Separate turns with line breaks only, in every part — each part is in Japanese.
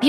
美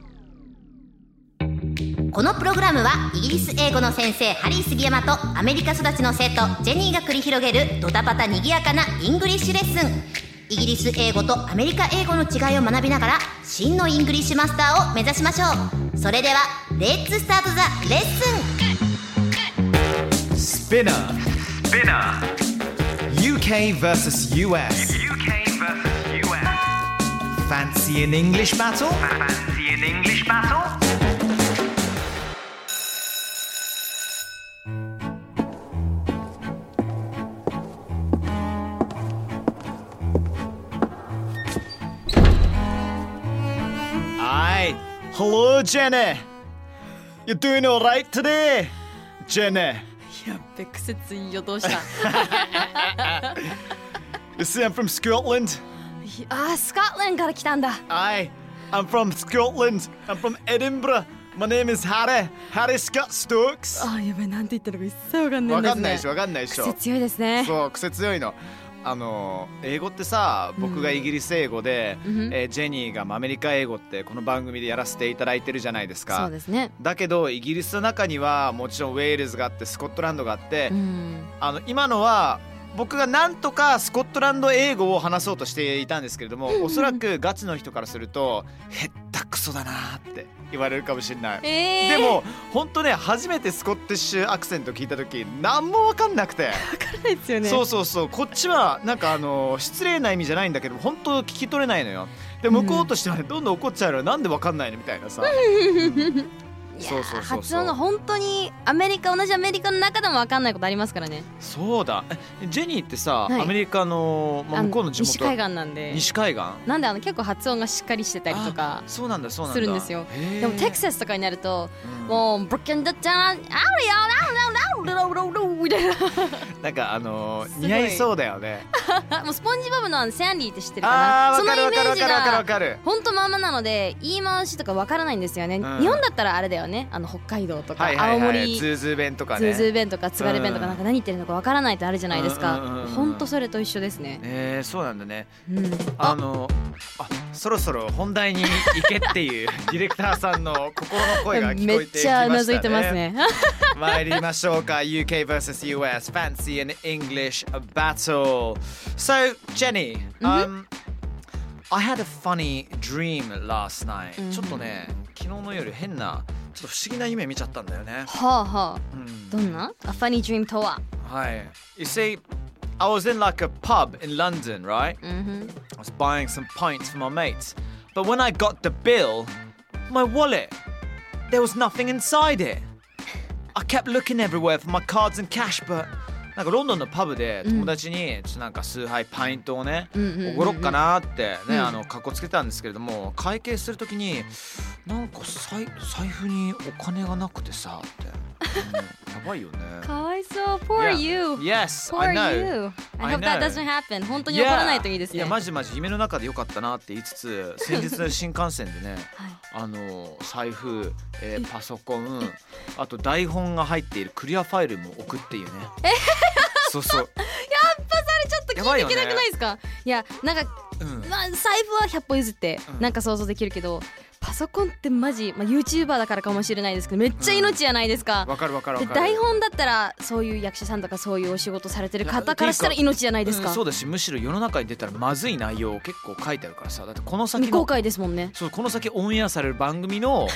このプログラムはイギリス英語の先生ハリー杉山とアメリカ育ちの生徒ジェニーが繰り広げるドタパタにぎやかなイングリッシュレッスンイギリス英語とアメリカ英語の違いを学びながら真のイングリッシュマスターを目指しましょうそれではレッツスタートザレッスン
Spinner. Spinner. UK versus US.
UK versus US.
Fancy an English battle?
Fancy an English battle?
Aye. Hello, Jenny. You're doing all right today, Jenny.
やっべ癖ついよどうした
You see, I'm from Scotland.
あースカットランドから来たんだ
Aye. I'm from Scotland. I'm from Edinburgh. My name is Harry. Harry Scott Stokes.
あーやばいなんて言ったのか一切わかんない
わ
んです
かん
ね
ないでしょ、わかんないでしょ。
癖強いですね
そう癖強いの。あの英語ってさ僕がイギリス英語で、
うん
えージェニーがアメリカ英語ってこの番組でやらせていただいてるじゃないです
そう
か。
ですね
だけどイギリスの中にはもちろんウェールズがあってスコットランドがあって、
うん
あの今のは僕がなんとかスコットランド英語を話そうとしていたんですけれどもおそらくガチの人からすると「へったくそだな」って言われるかもしれない。
え
でも本当ね初めてスコティッシュアクセント聞いた時何も分かんなくて、
ないですよね
そうそうそうこっちはなんかあの失礼な意味じゃないんだけど本当聞き取れないのよで向こうとしてはねどんどん怒っちゃうのよなんで分かんないのみたいなさ、うん
いや
そうそうそうそう
発音が本当にアメリカ同じアメリカの中でもわかんないことありますからね
そうだえジェニーってさ、
はい
アメリカの、まあ、
あの
向こうの地元
西海岸なんで
西海岸
なんであの結構発音がしっかりしてたりとか
あそうなんだそうなんだ
するんですよでもテキサスとかになると
うん
もうブッキンダッチャンアウリオラウラウラウラウラウみたいな
なんかあの
すごい
似合いそうだよね
あもうスポンジボブのあのセアンディって知ってる
あ
かな
あ
そ
分
の
か
イ
る分
メ
かる
ー
分
ジ
かる分かる
が
分かる
ほんとまんまなので言い回しとかわからないんですよね、
ん
日本だったらあれだよねあの北海道とか
はいはい
青
は
森、
いズーズー弁とか
ズ
ね
ーズー弁とか津軽弁とか
うん
なんか何言ってるのかわからないってあるじゃないです
うんうんうんう
か
ん
ほんとそれと一緒ですね、
えー、そうなんだね
うん、
あのあそろそろ本題に行けっていう ディレクターさんの心の声が聞こ
め
え
って
き
ちゃう
ま
な
し
ずい
た
てます
ね
ね
参りましょうか UK vs US Fancy and English Battle So Jenny、um, I had a funny dream last night、
Mhm.
ちょっとね昨日の夜変なちょっと不思議な夢見ちゃったんだよね、
はあはあ
うん
どんな A funny dream とは、
はい You see I was in like a pub in London right
うんふん
I was buying some pints for my mates, but when I got the bill, my wallet, there was nothing inside it. I kept looking everywhere for my cards and cash, but なんかロンドンのパブで友達にちょっとなんか数杯パイントをね
うんうんうんうん
おごろっかなってね
うん
あの格好つけたんですけれども会計するときになんか財財布にお金がなくてさって、うんやばいよね。
かわいそう Poor
Yeah.
you
Yes,
Poor
I know.
you I
I
hope that
know.
doesn't happen 本当に起こらないといいです
い
ね
やマジマジ夢の中で良かったなって言いつ つ先日の新幹線でね
はい
あの財布、えーパソコンあと台本が入っているクリアファイルも置くっていうね そうそう、
ちょっと
やばい
聞い
よ
て
ね
いけなくないですかいやなんか
うん、
まあ、財布は100歩譲って
うん
なんか想像できるけど、パソコンってマジ、まあ、YouTuber だからかもしれないですけどめっちゃ命じゃないですか、
わかるわかるわ
で
かる
台本だったらそういう役者さんとかそういうお仕事されてる方からしたら
いや
命じゃないですか,、
うんそうだしむしろ世の中に出たらまずい内容を結構書いてあるからさだってこの先
未公
の
開ですもんね
そうこの先オンエアされる番組 の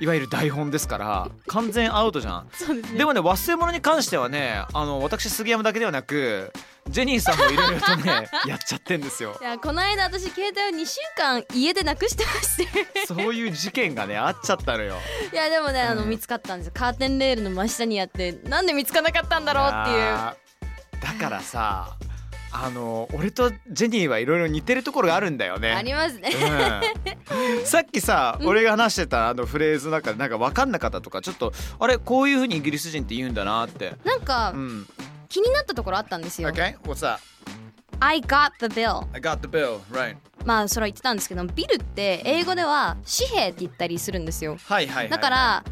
いわゆる台本ですから完全アウトじゃん
そうです
でもね忘れ物に関してはねあの私杉山だけではなくジェニーさんもいろいろと ねやっちゃってんですよ
いやこの間私携帯を2週間家でなくしてまして
そういう事件がねあっちゃったのよ
いやでもねあの
うん
見つかったんですよカーテンレールの真下にあってなんで見つかなかったんだろうっていう
だからさあの俺とジェニーはいろいろ似てるところがあるんだよね
ありますね。
うんさっきさ俺が話してたあのフレーズの中でなんか分かんなかったとかちょっとあれこういうふうにイギリス人って言うんだなって
なんか
うん
気になったところあったんですよ。
Okay what's that
I got the bill。
I got the bill right
まあそれは言ってたんですけど、ビルって英語では紙幣って言ったりするんですよ。
はいはいはい
だから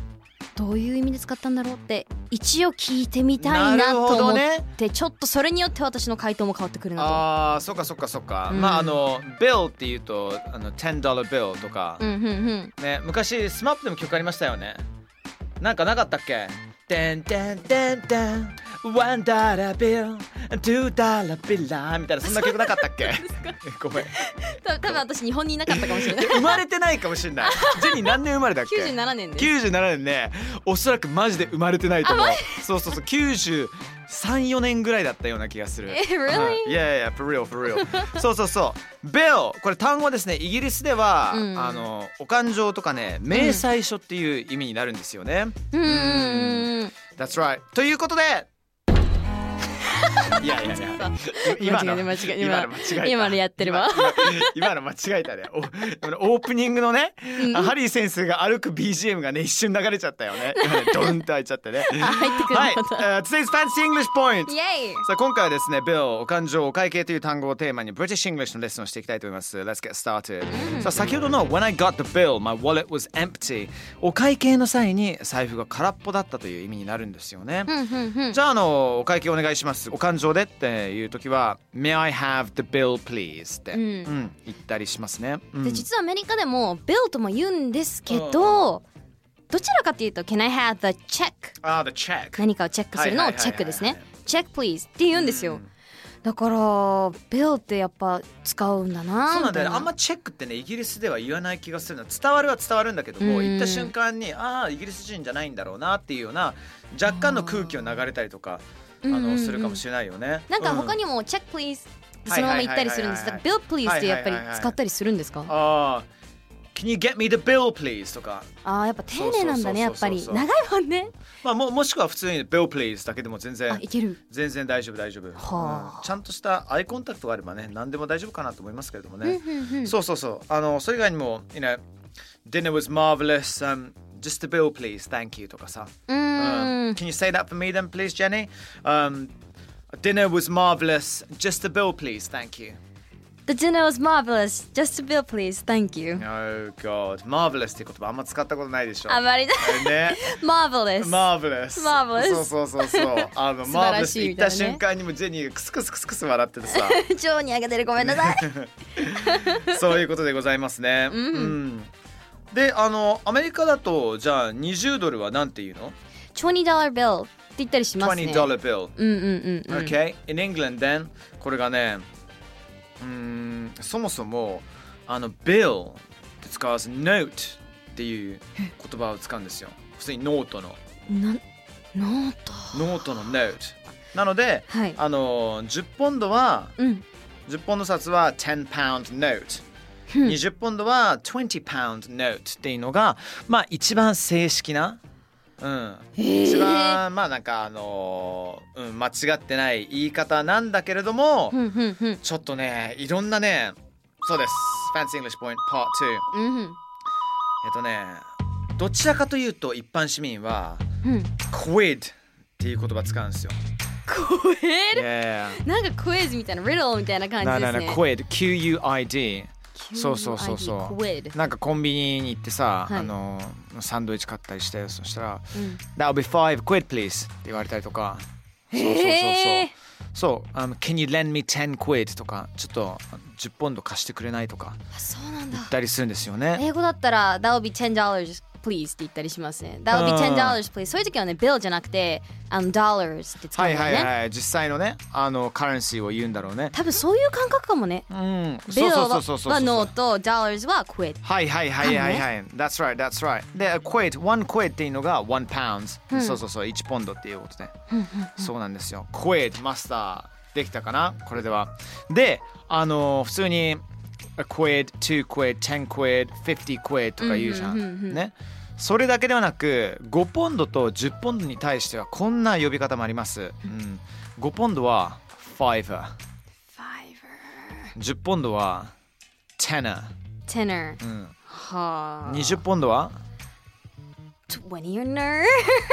どういう意味で使ったんだろうって一応聞いてみた
ない
な
る
と
ほ
思
ど
って、
ね
ちょっとそれによって私の回答も変わってくるな
あーそっかそっかそっか、
うん
まああの bill っていうとあの10 dollar bill とか
と。う、んうんうん。
ね昔スマップでも曲ありましたよねなんかなかったっけてんてんてんてん one dollar bill two dollar bill みたいなそんな曲なかったっけごめん
た多分私日本にいなかったかもし れない。
生まれてないかもしれないジェニー何年生まれだっけ
九十七年です。
97年ねおそらくマジで生まれてないと思うそうそうそう934年ぐらいだったような気がする
え really？
いやいや for real for real そうそうそうベオこれ単語はですねイギリスでは、
うん
あのお勘定とかね明細書っていう意味になるんですよね、
うんうんうん。
That's right ということで いやいやいや今の
間違えた
今の間違えた
間違えた今のやってるわ
今今の間違えたねお今のオープニングのね、
うん
ハリー先生が歩く BGM がね一瞬流れちゃったよね今ねドンと開いちゃって ね
入ってくる
はい、
また
uh, Today's Fancy English Point
イエイ。
さあ今回はですね、ビル、お勘定、お会計という単語をテーマに British English のレッスンをしていきたいと思います。Let's get started、さあ先ほどの When I got the bill, my wallet was empty お会計の際に財布が空っぽだったという意味になるんですよね。
うんうんうん。
じゃああのお会計お願いします。お勘定でっていう時は May I have the bill please って、
うん
うん言ったりしますね。うん
で実はアメリカでもビルとも言うんですけど、どちらかというと Can I have the check？
あ、the check
何かをチェックするの
は
を
いはいはいはい
チェックですね。Check please って言うんですよ。だからビルってやっぱ使うんだな。
そうなんだよね、
みた
あ
い
んまチェックってねイギリスでは言わない気がするの伝わるは伝わるんだけども、
うん
行った瞬間にああイギリス人じゃないんだろうなっていうような若干の空気を流れたりとかあ
うんうんう
の
ん
するかもしれないよね。
なんか他
に、
にも Check please ってそ
はい
の
は
ま
い
ま
はいはいはい
言ったりするんです。だから Bill please ってやっぱり使ったりするんですか？
ああ Can you get me the bill please とか、
ああやっぱ丁寧なんだねや
そう
っ
そうそうそ
ぱ
う
り
そう
長いもんね。
まあ、ももしくは普通に bill please だけでも全
あ
然
いける。
全然大丈夫大丈夫、
はあ
うんちゃんとしたアイコンタクトがあればね何でも大丈夫かなと思いますけれどもね。
うんうんうん
そうそうそう。あのそれ以外にも、you know, dinner was marvelous. Um, just the bill, please. Thank you. とかさ。
うー
Um,
ん
can you say that for me then, please, Jenny? Um, dinner was marvelous. Just the bill, please. Thank you.
The dinner was marvelous. Just a bill, please. Thank you.
Oh God, marvelous って言葉あんま使ったことないでしょ。
あまりだ。
ね。
marvelous.
マーベラス。
Marvelous
そうそうそう そう。あの
素
マー
晴
ベラ
ら
ス
しい
言っ
みたい
た
なね
瞬間にもジェニーがクスクスクスクス笑っててさ。
超にあげてるごめん なさい。
そういうことでございますね。うん。で、あのアメリカだとじゃあ20ドルはなんて言うの？
20 dollar bill って言ったりしますね。
20 dollar bill.
うんうんうんうん。
Okay. In England then これがね、うーんそもそもあの bill って使わず note っていう言葉を使うんです よ。普通にノートの
なノート。
ノートの note。なので、
はい。
あの10ポンドは
うん。
10ポンド札は10 pound note。
うん
20ポンドは20 pound note っていうのが、まあ、一番正式な、うん、一番まあなんかあのーうん、間違ってない言い方なんだけれども、
うんうんうん。
ちょっとねいろんなねそうです Fancy English Point Part 2
うん
えっとねどちらかというと一般市民は
うん。
quid っていう言葉使うんですよ。
超える。
Yeah.
なんかクイズみたいな、リドルみたいな感
な
じ
な
です
な
ね。
quid Q-U-I-D
急に
そうそうそうそう
ID クイズ。
なんかコンビニに行ってさ、
はい
あのサンドイッチ買ったりしてそしたら
うん
「That'll be five quid please」って言われたりとかそうそうそう
へー
そうそう、あの「Can you lend me 10 quid」とかちょっと10ポンド貸してくれないとか
あ、そうなんだ
言。ったりするんですよね。
英語だったら、that'll be ten dollars please って言ったりしますね。that'll be
あー
10 dollars please。そういう時はね、bill じゃなくて、あの dollars って使
は
うん
い
だ
はい
よね。
はい実際のねあのカレンシーを言うんだろうね。
多分そういう感覚かもね。
うん、
ビ
そう
ル
そう
は
そうそうそう
はノート、ダ l ラ s はクエット。
はいはいはいはいはい。That's right, that's right. で、quid、one quid っていうのが one pound、そうそうそう、1ポンドっていうことね。そうなんですよ。quid、マスター、できたかなこれでは。で、あのー普通に a quid、two quid、ten quid、fifty quid とか言うじゃ。
うんうんうんうんん
ね。それだけではなく、5ポンドと10ポンドに対してはこんな呼び方もあります。うん、5ポンドは fiver。
フ
10ポンドは tenner、
tenor
うん、
はあ
20ポンドは
20 tenor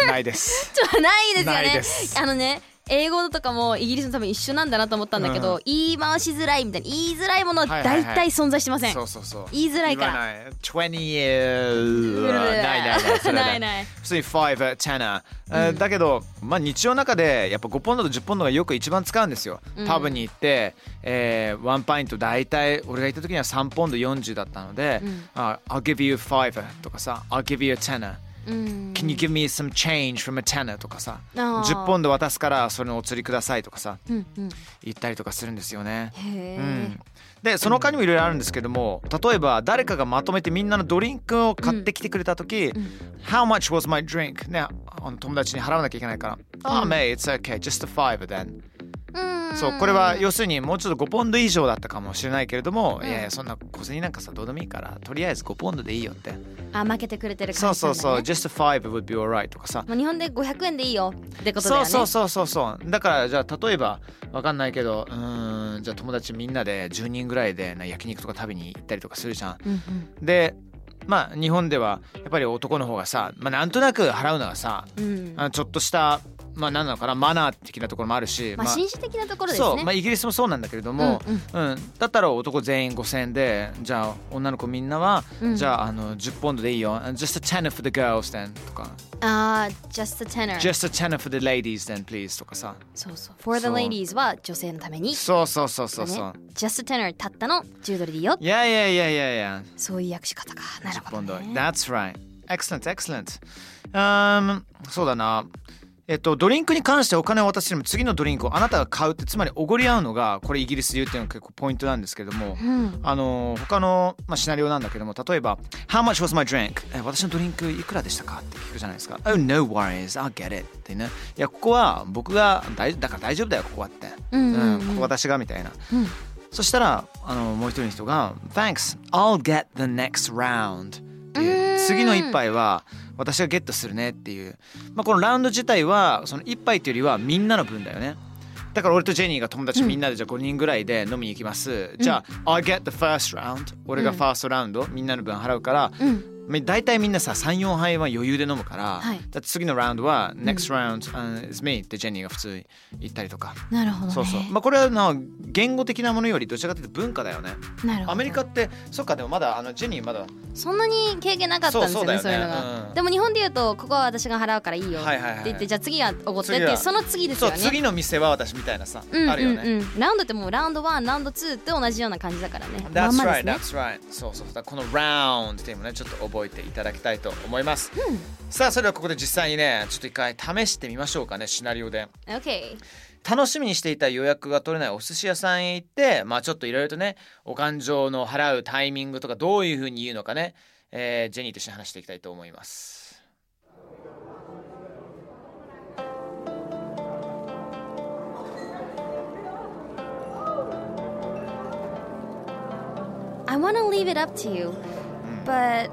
ないです
ちょっとないですよね
ないです
あのね英語とかもイギリスの多分一緒なんだなと思ったんだけ
う
ど、
ん
言い回しづらいみたいな言いづらいものは
はいはい
大
はい
体存在してません、
そうそうそう
言いづらいから
言わない20 years
うる
ないないないそれは
ない ない
普通に5、10、えーだけど、まあ、日常の中でやっぱ5ポンドと10ポンドがよく一番使うんですよ、
うん
パブに行って、えー、1パイント大体俺が行った時には3ポンド40だったので、
うん
あ I'll give you 5とかさ I'll give you a tenner
うん
Can you give me some change from a tenner とかさ
あー
10ポンド渡すからそれのお釣りくださいとかさ
うんうん
言ったりとかするんですよね。
へえ、
うんでその他にもいろいろあるんですけども例えば誰かがまとめてみんなのドリンクを買ってきてくれた時「How much was my drink?」ねあの友達に払わなきゃいけないから「ああ、May it's okay just a five then」
うん
そうこれは要するにもうちょっと5ポンド以上だったかもしれないけれども、いやいやそんな小銭なんかさどうでもいいからとりあえず5ポンドでいいよって、
あ負けてくれてる
そ
感
う
じな
そ
んだ、ね、
うそう「just a five would be alright」とかさ
まあ、日本で500円でいいよってことだよ
そう
ね
そうそうそうそうだからじゃあ例えばわかんないけどうーんじゃあ友達みんなで10人ぐらいでな焼肉とか食べに行ったりとかするじゃん、
うん
でまあ日本ではやっぱり男の方がさ、まあ、なんとなく払うのがさ
うんうん
あのちょっとしたまあ何なのかなマナー的なところもあるし、
まあ紳士的なところですね
そう、まあ、イギリスもそうなんだけれども、うんだったら男全員5,000円でじゃあ女の子みんなは、
うん
じゃああの10ポンドでいいよ「Just a tenner for the girls then」とか
ああ just
「
a tenor
Just a tenner for the ladies then please」とかさ
そうそう for the
そう
ladies は女性のために
そうそうそうそうそう
だ。ね just a tenor たったの10ドルでいいよ
いやいやいやいやいや。
そういう訳し方かなる
10
ほ
ポンド。
ど、ね、
That's right. Excellent, excellent. うーん、そうだな。えっと、ドリンクに関してお金を渡しても次のドリンクをあなたが買うってつまりおごり合うのがこれイギリスで言うっていうのが結構ポイントなんですけれども、
うん
あの他の、まあ、シナリオなんだけども例えば「How much was my drink?」え「私のドリンクいくらでしたか?」って聞くじゃないですか「Oh no worries I'll get it」ってね「いやここは僕が大だから大丈夫だよここは」って「
うんうんうん
ここ私が」みたいな、
ん
そしたらあのもう一人の人が「Thanks I'll get the next round」っていう
うーん
次の一杯は私がゲットするねっていう、まあ、このラウンド自体はその一杯というよりはみんなの分だよね。だから俺とジェニーが友達みんなでじゃあ5人ぐらいで飲みに行きます。じゃあ、I get the first round。俺がファーストラウンド、みんなの分払うから、
ん
まあ大体みんなさ3、4杯は余裕で飲むから、
はい
だって次のラウンドは、next round、uh, is me ってジェニーが普通に言ったりとか。
なるほど、ね、
そうそう。まあこれはな言語的なものよりどちらかというと文化だよね。
なるほど
アメリカって、そっかでもまだあのジェニーまだ。
そんなに経験なかったんですよね
そう
そ
そう
う
だ
い
よ
う
ね
のが、
うん
でも日本で言うとここは私が払うからいいよっ
はいはいはい
て言ってじゃあ次はおごってっ
次は
てその次です
そう
よね
次の店は私みたいなさ、
うん
あるよね。
うんうん、ラウンドってもうラウンド1ラウンド2って同じような感じだからね
That's
まんま
right,
です
that's
ね
right. そうそう。だからこの round っていうのね、ちょっと覚えていただきたいと思います。さあ、それではここで実際にね、ちょっと一回試してみましょうかね、シナリオで。
OK
楽しみにしていた予約が取れないお寿司屋さんへ行って、まあちょっといろいろとね、お勘定の払うタイミングとかどういうふうに言うのかね、えージェニーと一緒に話していきたいと思います。
I wanna leave it up to you but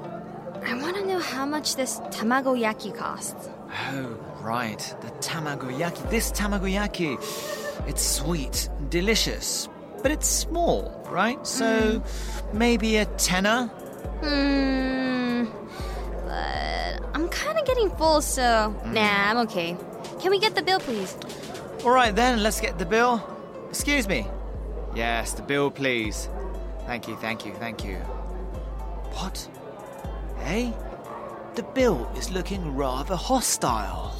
I wanna know how much this tamagoyaki costs
Oh, right. The tamagoyaki. This tamagoyaki, it's sweet, delicious, but it's small, right? So maybe a tenner?
Hmm but I'm kinda getting full so nah I'm okay Can we get the bill please
All right then, let's get the bill. Excuse me. Yes, the bill, please. Thank you, thank you, thank you. What? Hey? The bill is looking rather hostile.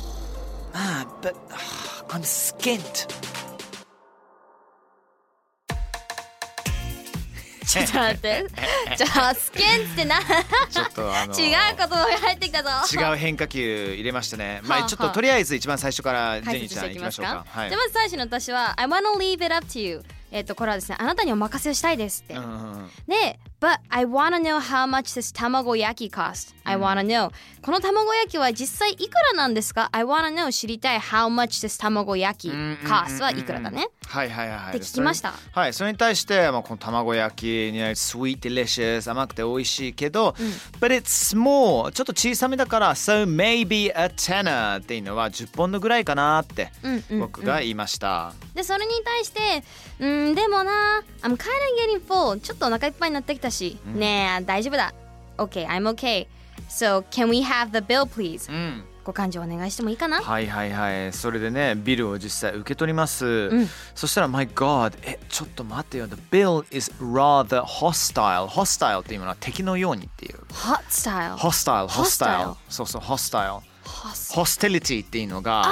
Man, but I'm skint.
ちょっと 待ってじゃあスケンってな違う
ちょっとあの
言葉が入ってきたぞ
違う変化球入れましたね。ま
は
あ
あ
ちょっと
はあ
とりあえず一番最初からジェ
解
ニー
説
ち
し
ゃ
て
ん
い
い
き
き
ま
ますしょう
か
か。はい
じゃあ。まず最初の私は「I wanna leave it up to you」えっとこれはですねあなたにお任せをしたいですって、
うんうんうん
で But I want to know how much this tamagoyaki cost. I want to know. この卵焼きは実際いくらなんですか ?I want to know 知りたい how much this
うんうん
tamagoyaki
うん
cost はいくらだね。
はいはいはいはい。
って聞きました
それはい、それに対して、まあ、この卵焼きには sweet delicious 甘くて美味しいけど、but it's small ちょっと小さめだから so maybe a tenner っていうのは10ポンドぐらいかなって
うんうん
僕が言いました。
でそれに対して「うんでもな I'm kinda getting full ちょっとお腹いっぱいになってきたし、ねえ大丈夫だ OK I'm OK so can we have the bill please、
うん。
ご勘定お願いしてもいいかな
はいはいはいそれでねビルを実際受け取ります、
ん
そしたら「My God えちょっと待ってよ」「The bill is rather hostile」「hostile」っていうのは敵のようにっていう
Hot
「
style
hostile」「
Hostile
hostile」そうそう「hostile」「
Hot
hostility」っていうのが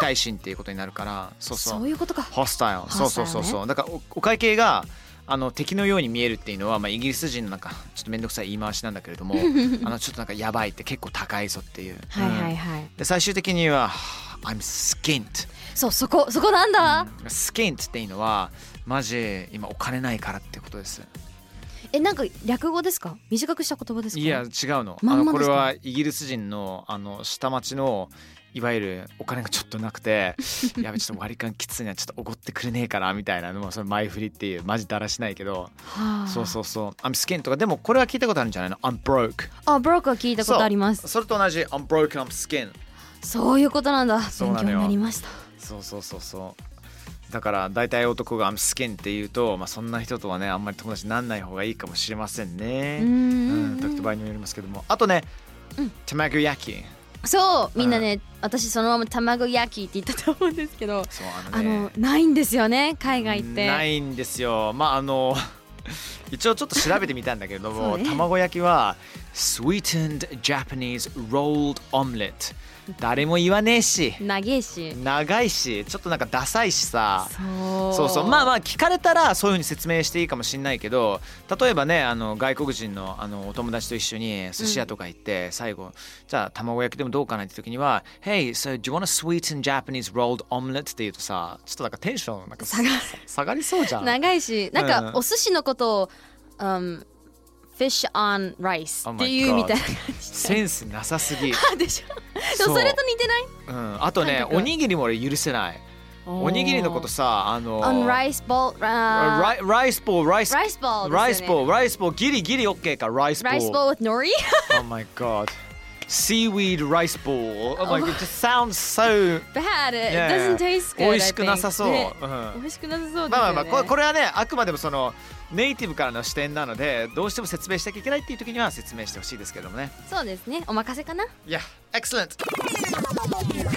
敵対心っていうことになるからそうそう
そういうことか
hostile そうそうそうそうだからおお会計があの敵のように見えるっていうのは、まあ、イギリス人のなんかちょっと面倒くさい言い回しなんだけれ どもあのちょっとなんかやばいって結構高いぞっていう、
はいは
うん
いはい
で最終的には「I'm skint」
そうそこそこなんだ、
「skint」っていうのはマジ今お金ないからってことです
えなんか略語ですか短くした言葉ですか
いや違うの
まん
あ
ま
のこれ
ですか
はイギリス人のあの下町のいわゆるお金がちょっとなく てやべちょっと割り勘きついなちょっとおごってくれねえかなみたいなのもその前振りっていうマジだらしないけど
はあ
そうそうそう「I'm skin」とかでもこれは聞いたことあるんじゃないの「I'm broke
あブロックは聞い」たことあります
そうそれと同じ「I'm broke I'm skin
そういうことなんだ
そう
勉
な
強
の
に
よ
なりました」
そうそうそうそうだから大体男が「I'm skin」って言うと、まあ、そんな人とはねあんまり友達になんない方がいいかもしれませんね
うんうん
うん
うん
時と場合にもよりますけどもあとね「卵焼き
そうみんなね、私そのまま卵焼きって言ったと思うんですけど」
そうあの
あ
ね
のないんですよね海外って
ないんですよまああの 一応ちょっと調べてみたんだけれど
そ
も、
うね
卵焼きは Sweetened Japanese Rolled Omelet 誰も言わねえし
長いし
長いしちょっとなんかダサいしさ
そう
そうそうまあまあ聞かれたらそういうふうに説明していいかもしれないけど例えばねあの外国人のあのお友達と一緒に寿司屋とか行って、最後じゃあ卵焼きでもどうかなって時には「Hey so do you wanna sweeten Japanese rolled omelet?」って言うとさちょっとなんかテンションなんか下が下がりそうじゃん。
長いしなん
うん
か
うん
お寿司のことを、うん、fish on rice
Oh my
っていうみたいな
God
感
センスなさす ぎ、
じでしょで
そ
も
う
それと似てない
うん、あとね
感覚
おにぎりも俺許せないおにぎりのことさあの
on rice ball
ラ
uh,
イライスボールライス
rice ball
ライスボー
ー
ルライスボールギリギリオッケーかライスボール
rice ball with nori
Oh my god. Seaweed rice ball. Oh my god. It just sounds so.
bad it
Yeah.
doesn't taste good
美味しくなさそう
I think ね
うん
美味しくなさそうですよね
まあまあまあこれこれはねあくまでもそのネイティブからの視点なのでどうしても説明しなきゃいけないっていう時には説明してほしいですけどもね。
そうですねお任せかな
Yeah, excellent.
UK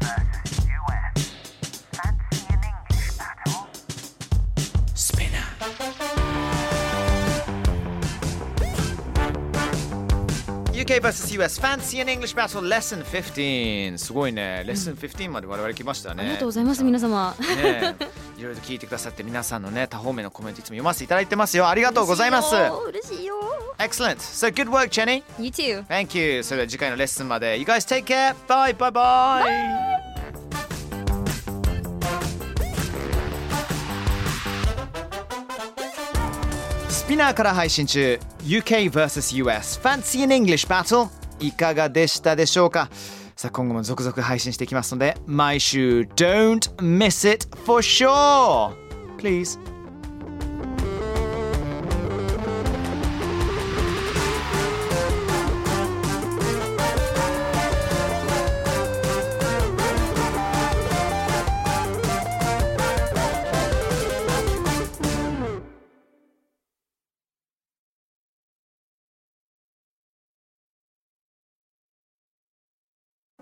versus US. Fancy an English battle?
Spinner. 15 Fancy an English Battle Lesson 15すごいねレッスン15まで我々来ましたね、
ありがとうございます皆様
ねえ、いろいろ聞いてくださって皆さんのね多方面のコメントいつも読ませていただいてますよありがとうございます
嬉しいよ
Excellent So good work Jenny
You too
Thank you それでは次回のレッスンまで You guys take care Bye bye bye Spinner から配信中 UK vs.US Fancy in English Battle いかがでしたでしょうかさあ今後も続々配信していきますので毎週 Don't miss it for sure Please